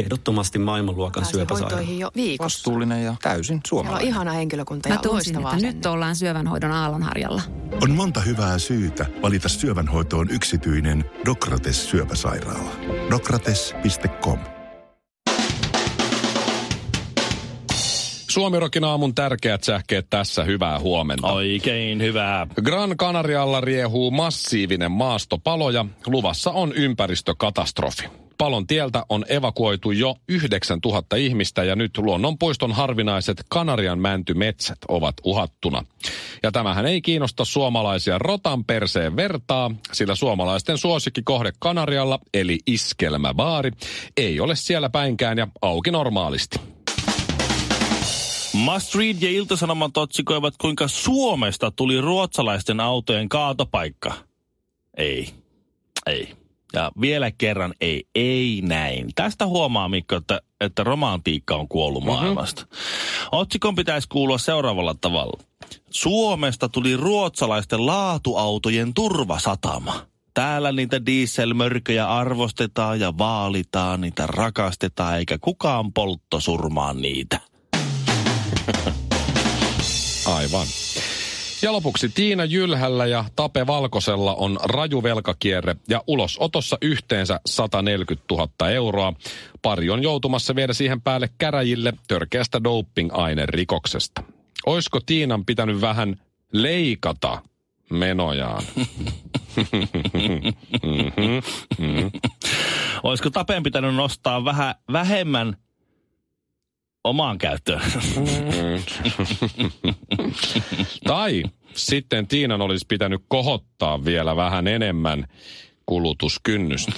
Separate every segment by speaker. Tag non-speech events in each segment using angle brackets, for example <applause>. Speaker 1: Ehdottomasti maailmanluokan
Speaker 2: Pääsee
Speaker 1: syöpäsairaala.
Speaker 2: hoitoihin jo viikossa.
Speaker 3: Vastuullinen ja täysin
Speaker 2: Siellä on
Speaker 3: suomalainen.
Speaker 2: ihana henkilökunta
Speaker 4: Mä
Speaker 2: ja
Speaker 4: tunsin,
Speaker 2: loistavaa
Speaker 4: että nyt
Speaker 2: asennetta.
Speaker 4: ollaan syövänhoidon aallonharjalla.
Speaker 5: On monta hyvää syytä valita syövänhoitoon yksityinen Dokrates syöpäsairaala. Dokrates.com
Speaker 6: Suomirokin aamun tärkeät sähkeet tässä. Hyvää huomenta.
Speaker 7: Oikein hyvää.
Speaker 6: Gran Canarialla riehuu massiivinen maastopalo ja luvassa on ympäristökatastrofi. Palon tieltä on evakuoitu jo 9000 ihmistä ja nyt luonnonpuiston harvinaiset Kanarian mäntymetsät ovat uhattuna. Ja tämähän ei kiinnosta suomalaisia rotan perseen vertaa, sillä suomalaisten suosikkikohde Kanarialla eli iskelmäbaari ei ole siellä päinkään ja auki normaalisti.
Speaker 7: Must Read ja Iltasanomat otsikoivat, kuinka Suomesta tuli ruotsalaisten autojen kaatopaikka. Ei. Ei. Ja vielä kerran ei, ei näin. Tästä huomaa Mikko, että, että romantiikka on kuollut maailmasta. Otsikon pitäisi kuulua seuraavalla tavalla. Suomesta tuli ruotsalaisten laatuautojen turvasatama. Täällä niitä dieselmörköjä arvostetaan ja vaalitaan, niitä rakastetaan eikä kukaan poltto surmaa niitä.
Speaker 6: Aivan. Ja lopuksi Tiina Jylhällä ja Tape Valkosella on raju velkakierre ja ulosotossa yhteensä 140 000 euroa. Pari on joutumassa vielä siihen päälle käräjille törkeästä doping-ainerikoksesta. Oisko Tiinan pitänyt vähän leikata menojaan?
Speaker 7: Olisiko Tapen pitänyt nostaa vähän vähemmän omaan käyttöön?
Speaker 6: tai sitten Tiinan olisi pitänyt kohottaa vielä vähän enemmän kulutuskynnystä.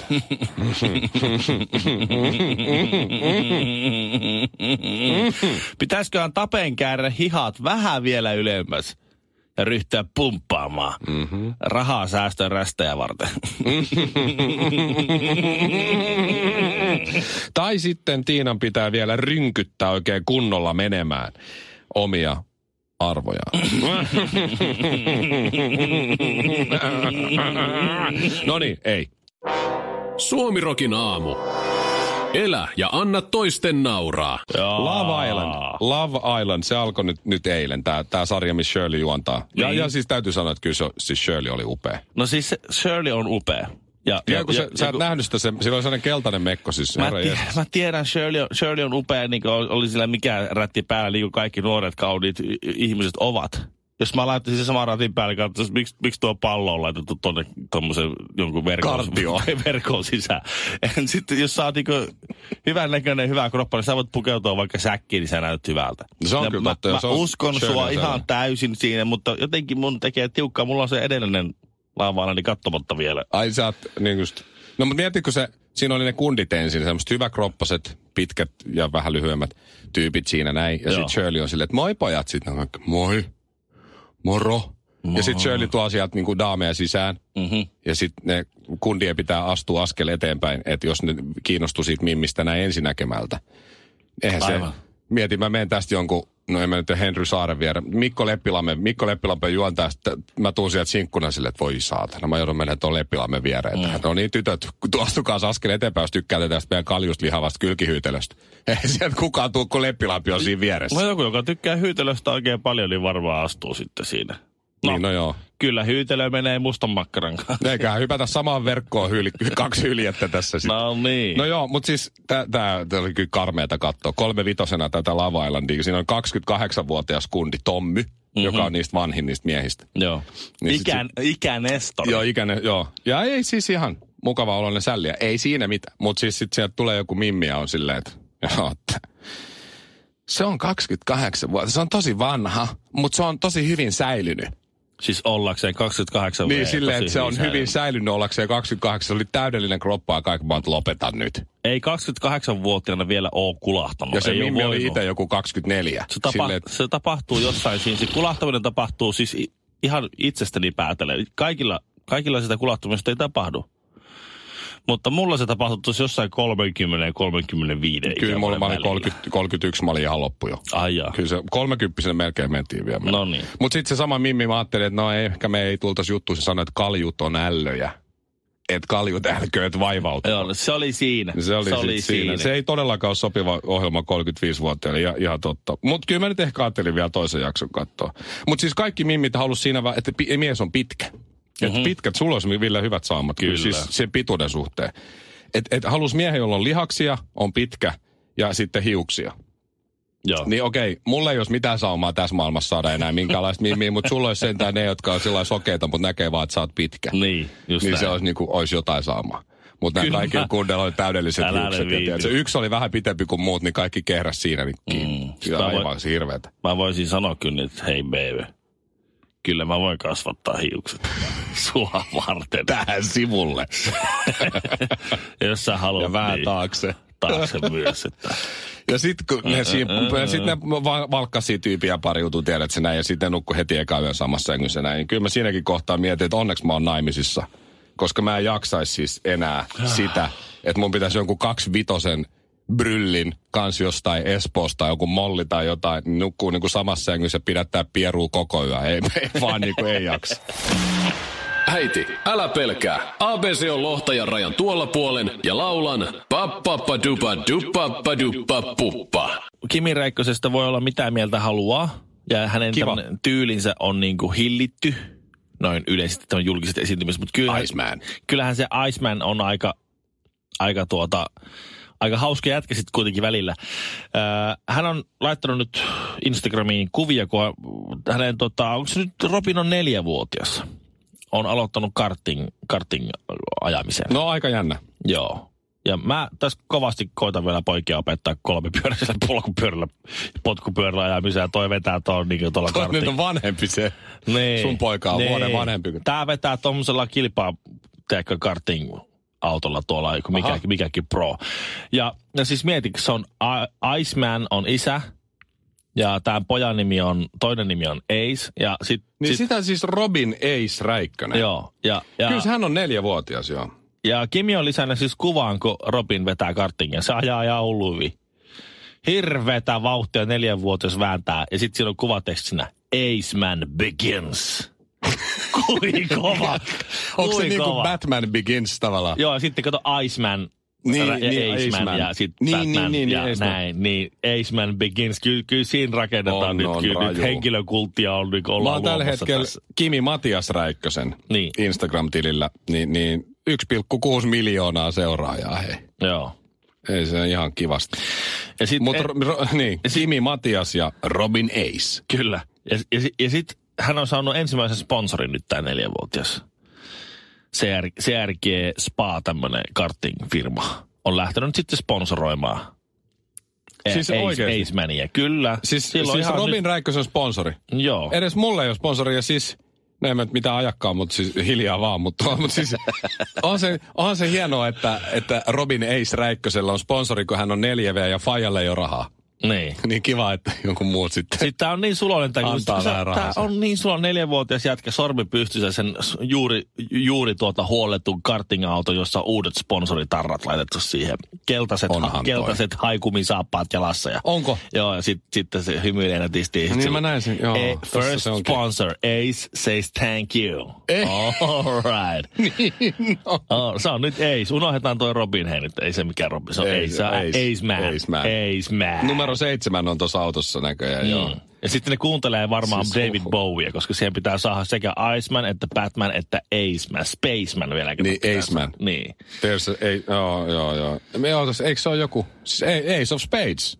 Speaker 6: Mm-hmm.
Speaker 7: Pitäisiköhän Tapen käydä hihat vähän vielä ylemmäs ja ryhtyä pumppaamaan mm-hmm. rahaa säästön rästejä varten?
Speaker 6: Mm-hmm. Tai sitten Tiinan pitää vielä rynkyttää oikein kunnolla menemään omia arvojaan. no niin, ei.
Speaker 8: Suomirokin aamu. Elä ja anna toisten nauraa.
Speaker 6: Love Island. Love Island, se alkoi nyt, nyt eilen, tämä tää sarja, missä Shirley juontaa. Ja,
Speaker 7: Niin.
Speaker 6: ja siis täytyy sanoa, että kyllä se, siis Shirley oli upea.
Speaker 7: <laughs> No siis se Shirley on upea. Ja,
Speaker 6: Ja, ja, kun sä, sä et nähnyt sitä, se, sillä oli sellainen keltainen mekko siis.
Speaker 7: Mä,
Speaker 6: herra
Speaker 7: ti-
Speaker 6: jestas.
Speaker 7: mä tiedän, Shirley on, Shirley on upea, niin kuin oli sillä mikä rätti päällä, niin kuin kaikki nuoret kauniit i- ihmiset ovat. Jos mä laittaisin sen saman ratin päälle, katsoisin, miksi, miksi tuo pallo on laitettu tonne tommosen jonkun verkon,
Speaker 6: Kartioon.
Speaker 7: <laughs> verkon sisään. En sitten, jos sä oot niin hyvän näköinen, hyvä kroppa, niin sä voit pukeutua vaikka säkkiin, niin sä näyt hyvältä.
Speaker 6: No Se on
Speaker 7: Ja
Speaker 6: kyllä
Speaker 7: mä,
Speaker 6: totta, joo,
Speaker 7: mä
Speaker 6: se on
Speaker 7: uskon
Speaker 6: Shirley
Speaker 7: sua
Speaker 6: on
Speaker 7: ihan
Speaker 6: sellainen.
Speaker 7: täysin siinä, mutta jotenkin mun tekee tiukkaa. Mulla on se edellinen laavaana, niin kattomatta vielä.
Speaker 6: Ai sä oot niin just... No mutta mietitkö se, siinä oli ne kundit ensin, semmoiset hyväkroppaset, pitkät ja vähän lyhyemmät tyypit siinä näin. Ja
Speaker 7: Joo.
Speaker 6: sitten Shirley on silleen, että moi pojat, sitten on kaikki, moi, moro. Ja sitten Shirley tuo sieltä niinku daameja sisään. Mm-hmm. Ja sitten ne kundien pitää astua askel eteenpäin, että jos ne kiinnostuu siitä mimmistä näin ensinäkemältä. Eihän
Speaker 7: Aivan.
Speaker 6: se, mietin, mä menen tästä jonkun, no en mä nyt Henry Saaren viere, Mikko Leppilamme, Mikko Leppilamme juontaa, sitten mä tuun sieltä sinkkuna sille, että voi saatana, mä joudun menemään tuon Leppilamme viereen. Mm. No niin tytöt, kun tu- astukaa se askel eteenpäin, jos tykkäätte tästä meidän kaljusta lihavasta kylkihyytelöstä. Ei sieltä kukaan tuu, kun Leppilampi on siinä vieressä.
Speaker 7: No joku, joka tykkää hyytelöstä oikein paljon, niin varmaan astuu sitten siinä.
Speaker 6: No. Niin, no joo.
Speaker 7: Kyllä hyytelö menee mustan makkaran kanssa.
Speaker 6: Eiköhän hypätä samaan verkkoon hyli, <laughs> kaksi hyljettä tässä sitten.
Speaker 7: No niin.
Speaker 6: No joo, mutta siis tämä oli kyllä karmeeta katsoa. Kolme vitosena tätä Lava Islandia. Siinä on 28-vuotias kundi Tommy, mm-hmm.
Speaker 7: Mhm.
Speaker 6: joka on niistä vanhin niistä miehistä.
Speaker 7: Joo.
Speaker 6: Niin
Speaker 7: Niin
Speaker 6: sit
Speaker 7: Ikän, ikänestori.
Speaker 6: Joo, ikäinen, joo. Ja ei siis ihan mukava oloinen sälliä. Ei siinä mitään. Mutta siis sitten sieltä tulee joku mimmi ja on silleen, että, <laughs> joo, että se on 28 vuotta. Se on tosi vanha, mutta se on tosi hyvin säilynyt.
Speaker 7: Siis ollakseen 28
Speaker 6: Niin
Speaker 7: V,
Speaker 6: silleen,
Speaker 7: tosi
Speaker 6: että se on hyvin säilynyt ollakseen 28. Se oli täydellinen kroppa ja kaikki mä oon, että lopetan nyt.
Speaker 7: Ei 28-vuotiaana vielä ole kulahtanut.
Speaker 6: Ja se
Speaker 7: ei oo
Speaker 6: mimmi oli
Speaker 7: voinut.
Speaker 6: itse joku 24.
Speaker 7: Se, tapa,
Speaker 6: Silleen,
Speaker 7: Silleen...
Speaker 6: että-
Speaker 7: se tapahtuu jossain siinä. Se kulahtaminen tapahtuu siis i- ihan itsestäni päätellen. Kaikilla, kaikilla sitä kulahtumista ei tapahdu. Mutta mulla se tapahtui tuossa jossain 30-35
Speaker 6: Kyllä mulla mä olin
Speaker 7: välillä.
Speaker 6: 30, 31, mä olin ihan loppu jo.
Speaker 7: Ai jaa.
Speaker 6: Kyllä se 30 melkein mentiin vielä.
Speaker 7: No niin.
Speaker 6: Mutta sitten se sama Mimmi, mä ajattelin, että no ei, ehkä me ei tultaisi juttuun, se sanoi, että kaljut on ällöjä. että kaljut älkööt vaivautuu.
Speaker 7: Joo, no se oli siinä.
Speaker 6: Niin Se oli, se oli siinä. siinä. Se ei todellakaan ole sopiva ohjelma 35-vuotiaille, ja, ihan totta. Mutta kyllä mä nyt ehkä ajattelin vielä toisen jakson katsoa. Mutta siis kaikki mimmit halus siinä, vaan, että pi- mies on pitkä. Mm-hmm. Et pitkät, sulla olisi Ville hyvät saamat kyllä,
Speaker 7: Kyllä.
Speaker 6: siis sen pituuden suhteen. Et, et halus miehen, jolla on lihaksia, on pitkä ja sitten hiuksia.
Speaker 7: Joo.
Speaker 6: Niin okei, mulla ei olisi mitään saumaa tässä maailmassa saada enää minkäänlaista mimmiä, mutta sulla olisi sentään ne, jotka on sillä sokeita, mutta näkee vaan, että sä oot pitkä.
Speaker 7: Niin, just
Speaker 6: niin
Speaker 7: näin.
Speaker 6: se olisi, niin kuin, olisi jotain saamaa. Mutta nämä
Speaker 7: Kyllä.
Speaker 6: kaikilla kundeilla oli täydelliset
Speaker 7: Älä
Speaker 6: hiukset.
Speaker 7: viitti.
Speaker 6: Ja se yksi oli vähän pitempi kuin muut, niin kaikki kehräs siinä. Niin mm.
Speaker 7: Sitä voi-
Speaker 6: Aivan se hirveetä.
Speaker 7: Mä voisin sanoa kyllä, että hei baby, kyllä mä voin kasvattaa hiukset <laughs> sua varten.
Speaker 6: Tähän
Speaker 7: <laughs>
Speaker 6: sivulle.
Speaker 7: Ja Jos sä haluat,
Speaker 6: Ja vähän
Speaker 7: niin,
Speaker 6: taakse. <laughs>
Speaker 7: taakse myös. Että.
Speaker 6: Ja sitten kun ne, siin- sit ne va- valkkasi tyypiä pariutuu, tiedät sä näin, ja sitten nukkui heti eka yön samassa sängyssä näin. Niin Kyllä mä siinäkin kohtaa mietin, että onneksi mä oon naimisissa, koska mä en jaksaisi siis enää sitä, että mun pitäisi jonkun kaksivitosen bryllin kans jostain Espoosta tai joku molli tai jotain, niin nukkuu niinku samassa sängyssä ja pidättää pieruu koko yö. Ei, <laughs> ei vaan niinku ei <laughs> jaksa.
Speaker 8: Äiti, älä pelkää. ABC on lohtajan rajan tuolla puolen ja laulan pappappadupa dupappa duppa puppa.
Speaker 7: Kimi Räikkösestä voi olla mitä mieltä haluaa. Ja hänen
Speaker 6: Kiva.
Speaker 7: tämmönen tyylinsä on niinku hillitty. Noin yleisesti tämän julkiset esiintymiset. Mutta kyllähän,
Speaker 6: Iceman.
Speaker 7: kyllähän se Iceman on aika, aika tuota, aika hauska jätkä sitten kuitenkin välillä. Öö, hän on laittanut nyt Instagramiin kuvia, kun hänen, tota, onko se nyt Robin on neljävuotias. On aloittanut karting, karting ajamisen.
Speaker 6: No aika jännä.
Speaker 7: Joo. Ja mä tässä kovasti koitan vielä poikia opettaa kolmipyöräisellä <laughs> polkupyörällä, potkupyörällä ajamisen ja toi vetää tuon niin tuolla
Speaker 6: Toi nyt
Speaker 7: kartilla.
Speaker 6: on vanhempi se.
Speaker 7: Niin.
Speaker 6: Sun poika on vuoden vanhempi kuin-
Speaker 7: Tää vetää tuommoisella kilpaa, teekö karting autolla tuolla, joku mikä,
Speaker 6: Aha.
Speaker 7: mikäkin pro. Ja, ja siis mietitkö, se on I- Iceman on isä, ja tämän pojan nimi on, toinen nimi on Ace, ja sit,
Speaker 6: Niin
Speaker 7: sit
Speaker 6: sitä siis Robin Ace Räikkönen.
Speaker 7: joo, ja, ja,
Speaker 6: Kyllä hän on neljävuotias, joo.
Speaker 7: Ja Kimi on lisännyt siis kuvaan, kun Robin vetää kartingia. Se ajaa ja uluvi. Hirveetä vauhtia neljänvuotias vääntää. Ja sitten siinä on kuvatekstinä Ace Man Begins.
Speaker 6: <laughs>
Speaker 7: Kui kova.
Speaker 6: Onko se
Speaker 7: Kui
Speaker 6: niinku
Speaker 7: kova.
Speaker 6: Batman Begins tavallaan?
Speaker 7: Joo, ja sitten kato Iceman
Speaker 6: Niin,
Speaker 7: ja
Speaker 6: niin,
Speaker 7: Ace Man
Speaker 6: Iceman.
Speaker 7: ja sitten
Speaker 6: Niin, niin,
Speaker 7: Batman
Speaker 6: niin,
Speaker 7: ja
Speaker 6: niin, Ace Man.
Speaker 7: näin. Niin, Ace Man Begins. Kyllä, kyllä siinä rakennetaan
Speaker 6: On,
Speaker 7: nyt.
Speaker 6: on,
Speaker 7: kyllä nyt
Speaker 6: raju.
Speaker 7: henkilökulttia on niin
Speaker 6: Mä
Speaker 7: ollaan
Speaker 6: oon tällä
Speaker 7: luomassa
Speaker 6: hetkellä
Speaker 7: tässä.
Speaker 6: Kimi Matias Räikkösen
Speaker 7: Niin.
Speaker 6: Instagram-tilillä, niin, niin 1,6 miljoonaa seuraajaa, hei.
Speaker 7: Joo.
Speaker 6: Ei se ihan kivasti.
Speaker 7: Ja sit, e-
Speaker 6: Mutta niin, Kimi Matias ja Robin Ace.
Speaker 7: Kyllä. Ja, ja, si- ja sitten hän on saanut ensimmäisen sponsorin nyt tämä neljävuotias. CR, CRG Spa, tämmöinen karting-firma, on lähtenyt sitten sponsoroimaan.
Speaker 6: Siis
Speaker 7: Ace,
Speaker 6: oikeesti?
Speaker 7: Ace Mania, kyllä.
Speaker 6: Siis,
Speaker 7: Sillä on
Speaker 6: siis
Speaker 7: ihan
Speaker 6: Robin nyt... Räikkösen sponsori.
Speaker 7: Nyt, joo.
Speaker 6: Edes mulle ei ole sponsori, ja siis, no en mä nyt mitään ajakkaan, mutta siis hiljaa vaan, mutta, mutta <laughs> siis on se, on se hienoa, että, että Robin Ace Räikkösellä on sponsori, kun hän on 4V ja Fajalle ei ole rahaa. <laughs>
Speaker 7: Niin.
Speaker 6: Niin kiva, että jonkun muut sitten.
Speaker 7: Sitten tää on niin suloinen, tää,
Speaker 6: Antaa
Speaker 7: kun sä-
Speaker 6: vähän rahaa
Speaker 7: tää
Speaker 6: sen.
Speaker 7: on niin suloinen neljävuotias jätkä, sormi pystyssä sen s- juuri, juuri tuota huolletun karting-auto, jossa on uudet sponsoritarrat laitettu siihen. Keltaiset,
Speaker 6: Onhan
Speaker 7: ha-
Speaker 6: toi.
Speaker 7: keltaiset haikumisaappaat jalassa. Ja
Speaker 6: Onko?
Speaker 7: Joo, ja sitten sit se hymyilee nätisti. Niin
Speaker 6: mä näin sen, joo. Tossa
Speaker 7: first
Speaker 6: se onkin. Eh.
Speaker 7: sponsor, Ace says thank you. All
Speaker 6: <laughs>
Speaker 7: right.
Speaker 6: Niin
Speaker 7: Oh, se on nyt Ace. Unohdetaan toi Robin hei nyt. Ei se mikään Robin, se on
Speaker 6: Ei,
Speaker 7: Ace. Se on
Speaker 6: Ace.
Speaker 7: Ace, Ace Man.
Speaker 6: Ace Man.
Speaker 7: Ace Man.
Speaker 6: Numero seitsemän on tuossa autossa näköjään, mm. joo.
Speaker 7: Mm. Ja sitten ne kuuntelee varmaan
Speaker 6: Siis
Speaker 7: siis David
Speaker 6: huhu.
Speaker 7: Bowie, koska siihen pitää saada sekä Iceman että Batman että Aceman. Spaceman vielä.
Speaker 6: Niin, Aceman.
Speaker 7: Niin.
Speaker 6: There's a, ei, joo, joo, joo. Me ootas, eikö se ole joku, siis A- Ace of Spades?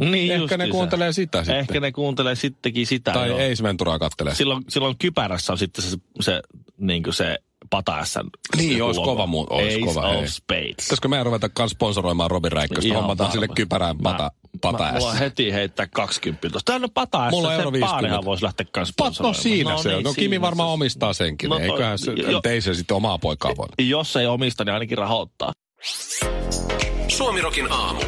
Speaker 7: niin
Speaker 6: Ehkä
Speaker 7: justiinsa.
Speaker 6: ne kuuntelee sitä sitten.
Speaker 7: Ehkä ne kuuntelee sittenkin sitä.
Speaker 6: tai
Speaker 7: joo.
Speaker 6: Ace Venturaa kattelee.
Speaker 7: Silloin, silloin kypärässä on sitten se, se, niin se pataessa.
Speaker 6: Niin,
Speaker 7: joku
Speaker 6: ois
Speaker 7: logo.
Speaker 6: kova muu- ois
Speaker 7: Ace
Speaker 6: kova,
Speaker 7: of
Speaker 6: hei.
Speaker 7: Spades.
Speaker 6: Pitäisikö meidän ruveta kans sponsoroimaan Robin Räikköstä?
Speaker 7: Ihan
Speaker 6: Hommataan sille
Speaker 7: varma.
Speaker 6: kypärään pata,
Speaker 7: Mä-
Speaker 6: pata
Speaker 7: mä- Mulla on heti heittää 20. Tuosta on pataessa.
Speaker 6: Mulla on
Speaker 7: se
Speaker 6: euro 50.
Speaker 7: paanehan voisi lähteä kanssa
Speaker 6: No siinä se on. No Kimi
Speaker 7: niin, siinä
Speaker 6: varmaan
Speaker 7: se-
Speaker 6: omistaa senkin.
Speaker 7: No
Speaker 6: No,
Speaker 7: toi-
Speaker 6: Eiköhän se,
Speaker 7: jo-
Speaker 6: ei se sitten omaa poikaa voi.
Speaker 7: Jos ei omista, niin ainakin rahoittaa.
Speaker 8: Suomirokin aamu.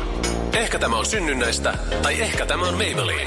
Speaker 8: Ehkä tämä on synnynnäistä, tai ehkä tämä on Maybelline.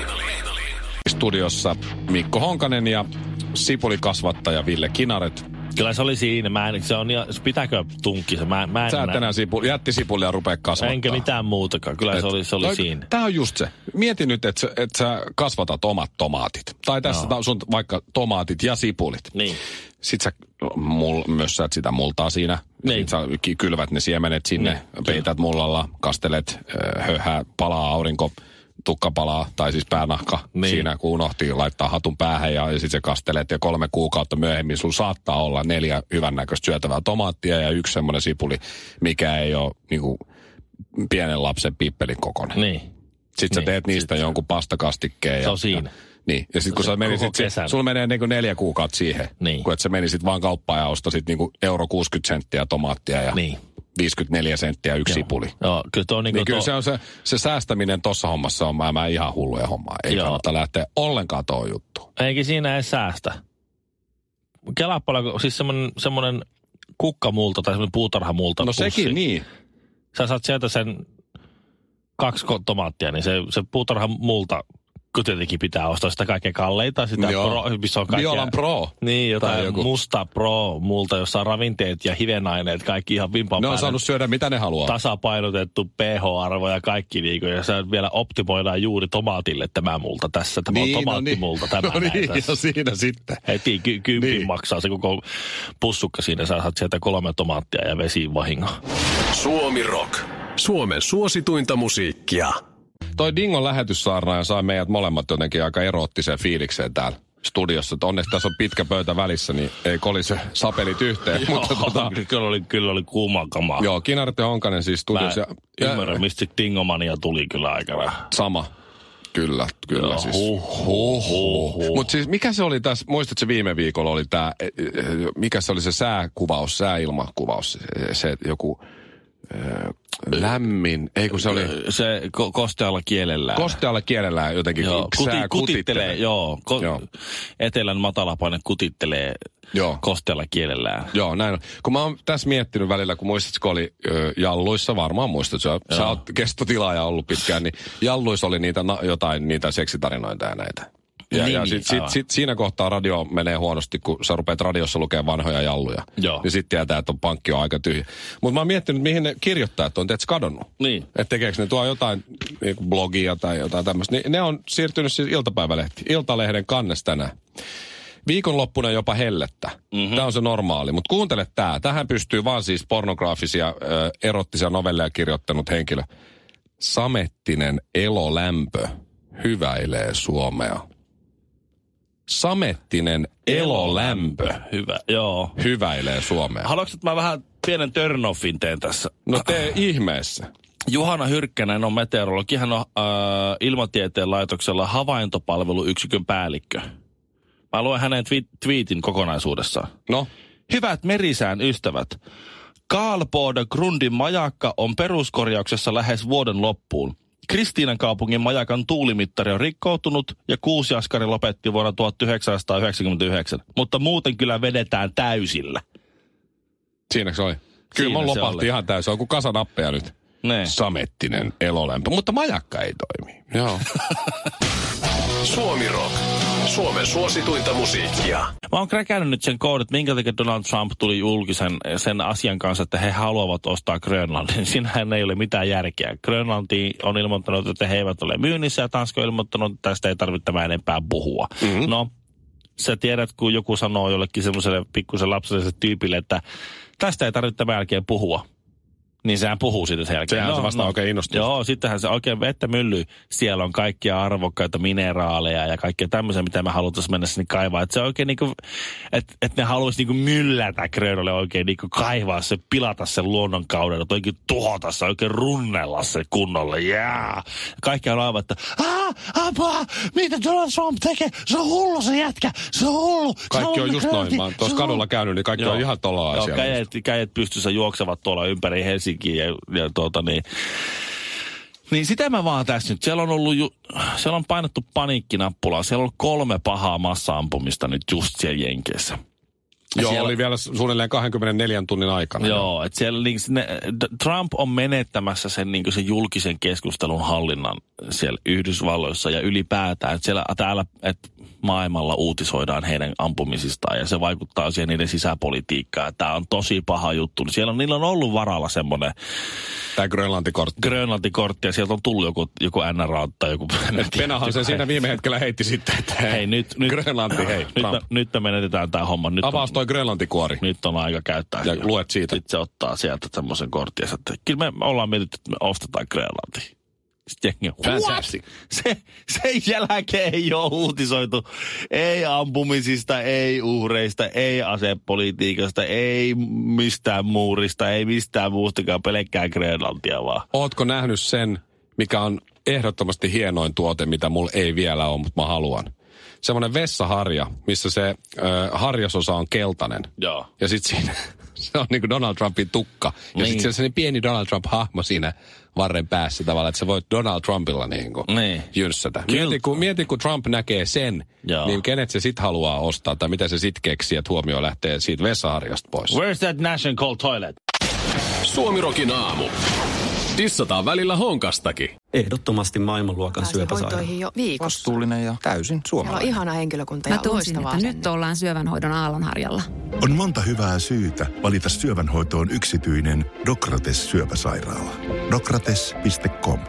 Speaker 6: Studiossa Mikko Honkanen ja sipulikasvattaja Ville Kinaret.
Speaker 7: Kyllä se oli siinä. Mä en, se on, ihan- se pitääkö tunkki se? Mä, mä en,
Speaker 6: Sä et
Speaker 7: mä-
Speaker 6: enää sipu, jättisipulia rupea kasvattaa.
Speaker 7: enkä mitään muutakaan. Kyllä se oli, se oli
Speaker 6: Toi-
Speaker 7: siinä.
Speaker 6: Tää on just se. Mieti nyt, että et sä kasvatat omat tomaatit. Tai tässä no. sun vaikka tomaatit ja sipulit.
Speaker 7: Niin.
Speaker 6: Sitten sä mul, mössät sitä multaa siinä.
Speaker 7: Niin.
Speaker 6: Niin. Sä ki- kylvät ne siemenet sinne, niin. peität mullalla, kastelet, ö, höhää, palaa aurinko, tukka palaa, tai siis päänahka
Speaker 7: Niin.
Speaker 6: niin. siinä, kun unohti laittaa hatun päähän ja, ja sitten se kastelet. Ja kolme kuukautta myöhemmin sulla saattaa olla neljä hyvännäköistä syötävää tomaattia ja yksi semmoinen sipuli, mikä ei ole niinku, pienen lapsen pippelin kokoinen.
Speaker 7: Niin.
Speaker 6: Sitten
Speaker 7: Niin,
Speaker 6: sä teet niistä jonkun pastakastikkeen. Ja,
Speaker 7: Se on siinä.
Speaker 6: Ja, niin, ja sitten kun
Speaker 7: Se
Speaker 6: sä menisit,
Speaker 7: koko kesän.
Speaker 6: sit, sulla menee niin neljä kuukautta siihen,
Speaker 7: Niin.
Speaker 6: kun et sä menisit vaan kauppaan ja ostasit niin euro 60 senttiä tomaattia ja
Speaker 7: Niin.
Speaker 6: 54 senttiä yksi sipuli.
Speaker 7: Joo, kyllä tuo on niin
Speaker 6: Niin
Speaker 7: kuin
Speaker 6: kyllä
Speaker 7: tuo,
Speaker 6: se on se, se säästäminen tuossa hommassa on mä, mä ihan hulluja hommaa. Ei
Speaker 7: Joo.
Speaker 6: Joo. kannata lähteä ollenkaan tuohon juttuun.
Speaker 7: eikä siinä ei säästä. Kelaa paljonko, siis semmoinen, semmoinen kukkamulta tai semmoinen puutarhamulta
Speaker 6: No
Speaker 7: pussi.
Speaker 6: sekin niin.
Speaker 7: Sä saat sieltä sen kaksi ko- tomaattia, niin se, se puutarhamulta, kun tietenkin pitää ostaa sitä kaikkea kalleita, sitä
Speaker 6: Joo.
Speaker 7: pro, missä on kaikkea.
Speaker 6: Violan Pro.
Speaker 7: Niin, jotain
Speaker 6: Tai joku.
Speaker 7: musta pro multa, jossa on ravinteet ja hivenaineet, kaikki ihan vimpan
Speaker 6: Ne on
Speaker 7: päälle.
Speaker 6: saanut syödä mitä ne haluaa.
Speaker 7: tasapainotettu pH-arvo ja kaikki niinku, ja se vielä optimoidaan juuri tomaatille tämä multa tässä. Tämä niin,
Speaker 6: <laughs>
Speaker 7: on tomaattimulta
Speaker 6: no
Speaker 7: tämä
Speaker 6: niin.
Speaker 7: näin
Speaker 6: No niin,
Speaker 7: tässä.
Speaker 6: ja siinä sitten.
Speaker 7: Heti ky- kympin niin.
Speaker 6: Niin.
Speaker 7: maksaa se koko pussukka siinä. Sä saat sieltä kolme tomaattia ja vesiin vahingon.
Speaker 8: Suomi Rock. Suomen suosituinta musiikkia.
Speaker 6: Toi Dingon lähetyssaarnaaja sai meidät molemmat jotenkin aika erottiseen fiilikseen täällä studiossa. Et Onneksi tässä on pitkä pöydä välissä, niin ei kolise sapelit yhteen.
Speaker 7: <laughs>
Speaker 6: mutta tota,
Speaker 7: kyllä, oli, kyllä oli kuuma kamaa.
Speaker 6: joo, Kinaret ja Honkanen siis
Speaker 7: Mä
Speaker 6: studiossa. Ja,
Speaker 7: ymmärrän, mistä tingomania tuli kyllä aikana.
Speaker 6: sama. Kyllä, kyllä
Speaker 7: Joo,
Speaker 6: joo, siis.
Speaker 7: huh, huh, huh, huh.
Speaker 6: Mutta siis mikä se oli tässä, muistatko viime viikolla oli tämä, mikä se oli se sääkuvaus, sääilmakuvaus, se, se joku ö, lämmin, ei kun se oli
Speaker 7: Se ko- kostealla kielellä.
Speaker 6: kostealla kielellä jotenkin
Speaker 7: Joo, kuti,
Speaker 6: sää
Speaker 7: kutittelee, joo, ko- joo.
Speaker 6: Joo.
Speaker 7: Etelän matalapaine kutittelee joo.
Speaker 6: Joo.
Speaker 7: kostealla kielellään.
Speaker 6: Joo, näin on. Kun mä oon tässä miettinyt välillä, kun muistatko, kun oli ö, Jalluissa, varmaan muistat, sä, sä oot kestotilaaja ollut pitkään, niin Jalluissa oli niitä, na, jotain niitä seksitarinoita ja näitä. Ja,
Speaker 7: Niin,
Speaker 6: ja sit, sit,
Speaker 7: aivan.
Speaker 6: sit, siinä kohtaa radio menee huonosti, kun sä rupeat radiossa lukemaan vanhoja jalluja. Niin
Speaker 7: Joo.
Speaker 6: Ja sitten tietää, että on pankki on aika tyhjä. Mutta mä oon miettinyt, mihin ne kirjoittajat on, teetkö kadonnut?
Speaker 7: Niin.
Speaker 6: Että tekeekö ne tuo jotain niin kuin blogia tai jotain tämmöistä. Niin ne on siirtynyt siis iltapäivälehti, iltalehden kannesta tänään. Viikonloppuna jopa hellettä.
Speaker 7: Mhm.
Speaker 6: Mm-hmm. Tämä on se normaali. Mutta kuuntele tämä. Tähän pystyy vaan siis pornograafisia, ö, erottisia novelleja kirjoittanut henkilö. Samettinen elolämpö hyväilee Suomea. Samettinen elolämpö
Speaker 7: Hyvä, joo.
Speaker 6: hyväilee Suomea.
Speaker 7: Haluatko, että mä vähän pienen turnoffin teen tässä?
Speaker 6: No tee ihmeessä.
Speaker 7: Juhana Hyrkkänen on meteorologi. Hän on äh, ilmatieteen laitoksella havaintopalveluyksikön päällikkö. Mä luen hänen twi- twiitin kokonaisuudessaan.
Speaker 6: No,
Speaker 7: Hyvät merisään ystävät, Kaalpoode Grundin majakka on peruskorjauksessa lähes vuoden loppuun. Kristiinan kaupungin majakan tuulimittari on rikkoutunut ja kuusiaskari lopetti vuonna 1999, mutta muuten kyllä vedetään täysillä.
Speaker 6: siinäkö se oli? Kyllä
Speaker 7: Siinä
Speaker 6: mun
Speaker 7: se
Speaker 6: lopahti
Speaker 7: oli. Eh.
Speaker 6: ihan täysin. Se on kuin kasanappeja nyt.
Speaker 7: Ne.
Speaker 6: Samettinen elolämpö. Mutta majakka ei toimi. <laughs> Joo.
Speaker 8: Suomi Rock. Suomen suosituinta musiikkia.
Speaker 7: Mä oon kräkännyt nyt sen koodin, että minkä takia Donald Trump tuli julkisen sen asian kanssa, että he haluavat ostaa Grönlannin. <laughs> Siinähän ei ole mitään järkeä. Grönlanti on ilmoittanut, että he eivät ole myynnissä ja Tanska on ilmoittanut, että tästä ei tarvitse tämän enempää puhua. Mm-hmm. No, sä tiedät, kun joku sanoo jollekin semmoiselle pikkusen lapselliselle tyypille, että tästä ei tarvitse tämän jälkeen puhua. Niin sehän puhuu siitä sen jälkeen. no.
Speaker 6: Sehän se vasta oikein innostuu.
Speaker 7: Joo, sittenhän se oikein vettä mylly. Siellä on kaikkia arvokkaita mineraaleja ja kaikkea tämmöisiä, mitä me halutaan mennä sinne kaivaa. Että se oikein niinku, että et ne haluaisi niinku myllätä Grönille oikein niinku kaivaa se, pilata sen luonnonkauden, että oikein tuhota se, oikein runnella se kunnolla. Jää! Yeah. Kaikki on aivan, että "Ah, apua, mitä Donald Trump tekee? Se on hullu se jätkä, se on hullu. Se
Speaker 6: Kaikki on just noin.
Speaker 7: Grönlanti,
Speaker 6: Mä oon
Speaker 7: se
Speaker 6: tuossa
Speaker 7: on hullu."
Speaker 6: kadulla käynyt, niin kaikki on ihan tolla
Speaker 7: Joo,
Speaker 6: asialla.
Speaker 7: kädet, kädet pystyssä juoksevat tuolla ympäri Helsinkiä ja, ja tuota niin. Niin sitä mä vaan tässä nyt. Siellä on ollut, ju, siellä on painettu paniikkinappulaa. Siellä on ollut kolme pahaa massa-ampumista nyt just siellä Jenkeissä.
Speaker 6: Joo,
Speaker 7: Siellä-
Speaker 6: siellä... oli vielä su- suunnilleen 24 tunnin aikana.
Speaker 7: Joo, että siellä niin, ne, D- Trump on menettämässä sen, niin sen julkisen keskustelun hallinnan siellä Yhdysvalloissa ja ylipäätään. Et siellä täällä, että maailmalla uutisoidaan heidän ampumisistaan ja se vaikuttaa siihen niiden sisäpolitiikkaan. Tämä on tosi paha juttu. Siellä on, niillä on ollut varalla semmoinen
Speaker 6: Tämä Grönlantikortti.
Speaker 7: Grönlantikortti ja sieltä on tullut joku, joku NRA tai joku...
Speaker 6: Penahan se siinä viime hetkellä heitti sitten, että
Speaker 7: Hei, nyt, nyt,
Speaker 6: Grönlanti, hei,
Speaker 7: nyt,
Speaker 6: Trump.
Speaker 7: me, nyt me menetetään tämä homma. Nyt
Speaker 6: Avaus toi Grönlantikuori.
Speaker 7: nyt on aika käyttää.
Speaker 6: Ja
Speaker 7: sitä.
Speaker 6: luet siitä.
Speaker 7: Sitten se ottaa sieltä semmoisen kortin ja sanoo, että kyllä me ollaan mietitty, että me ostetaan Grönlanti. Sitten jengi on,
Speaker 6: Fantastic.
Speaker 7: "What?" se, sen jälkeen ei ole uutisoitu. Ei ampumisista, ei uhreista, ei asepolitiikasta, ei mistään muurista, ei mistään muustakaan, pelkkää Grönlantia vaan.
Speaker 6: Ootko nähnyt sen, mikä on ehdottomasti hienoin tuote, mitä mulla ei vielä ole, mutta mä haluan? Semmoinen vessaharja, missä se ö, harjasosa on keltainen.
Speaker 7: Joo.
Speaker 6: Ja sit siinä <laughs> se on niinku Donald Trumpin tukka. Ja niin.
Speaker 7: Niin.
Speaker 6: sit siellä on sellainen pieni Donald Trump-hahmo siinä varren päässä tavallaan, että sä voit Donald Trumpilla niinku
Speaker 7: Niin.
Speaker 6: jynssätä.
Speaker 7: Kyllä.
Speaker 6: Mieti kun, mieti, kun Trump näkee sen, Joo.
Speaker 7: Joo.
Speaker 6: niin kenet se sit haluaa ostaa, tai mitä se sit keksii, että huomio lähtee siitä vessaharjasta pois.
Speaker 7: Where's that national call toilet?
Speaker 8: Suomirokin aamu. Tissataan välillä honkastakin.
Speaker 1: Ehdottomasti maailmanluokan
Speaker 2: pääsi
Speaker 1: syöpäsairaala.
Speaker 2: hoitoihin jo viikossa.
Speaker 3: vastuullinen ja täysin
Speaker 2: Meillä on
Speaker 3: suomalainen.
Speaker 2: ihana henkilökunta ja
Speaker 4: Mä tunsin,
Speaker 2: loistavaa
Speaker 4: että nyt
Speaker 2: asennetta.
Speaker 4: ollaan syövänhoidon aallonharjalla.
Speaker 5: On monta hyvää syytä valita syövänhoitoon yksityinen Dokrates syöpäsairaala. Dokrates.com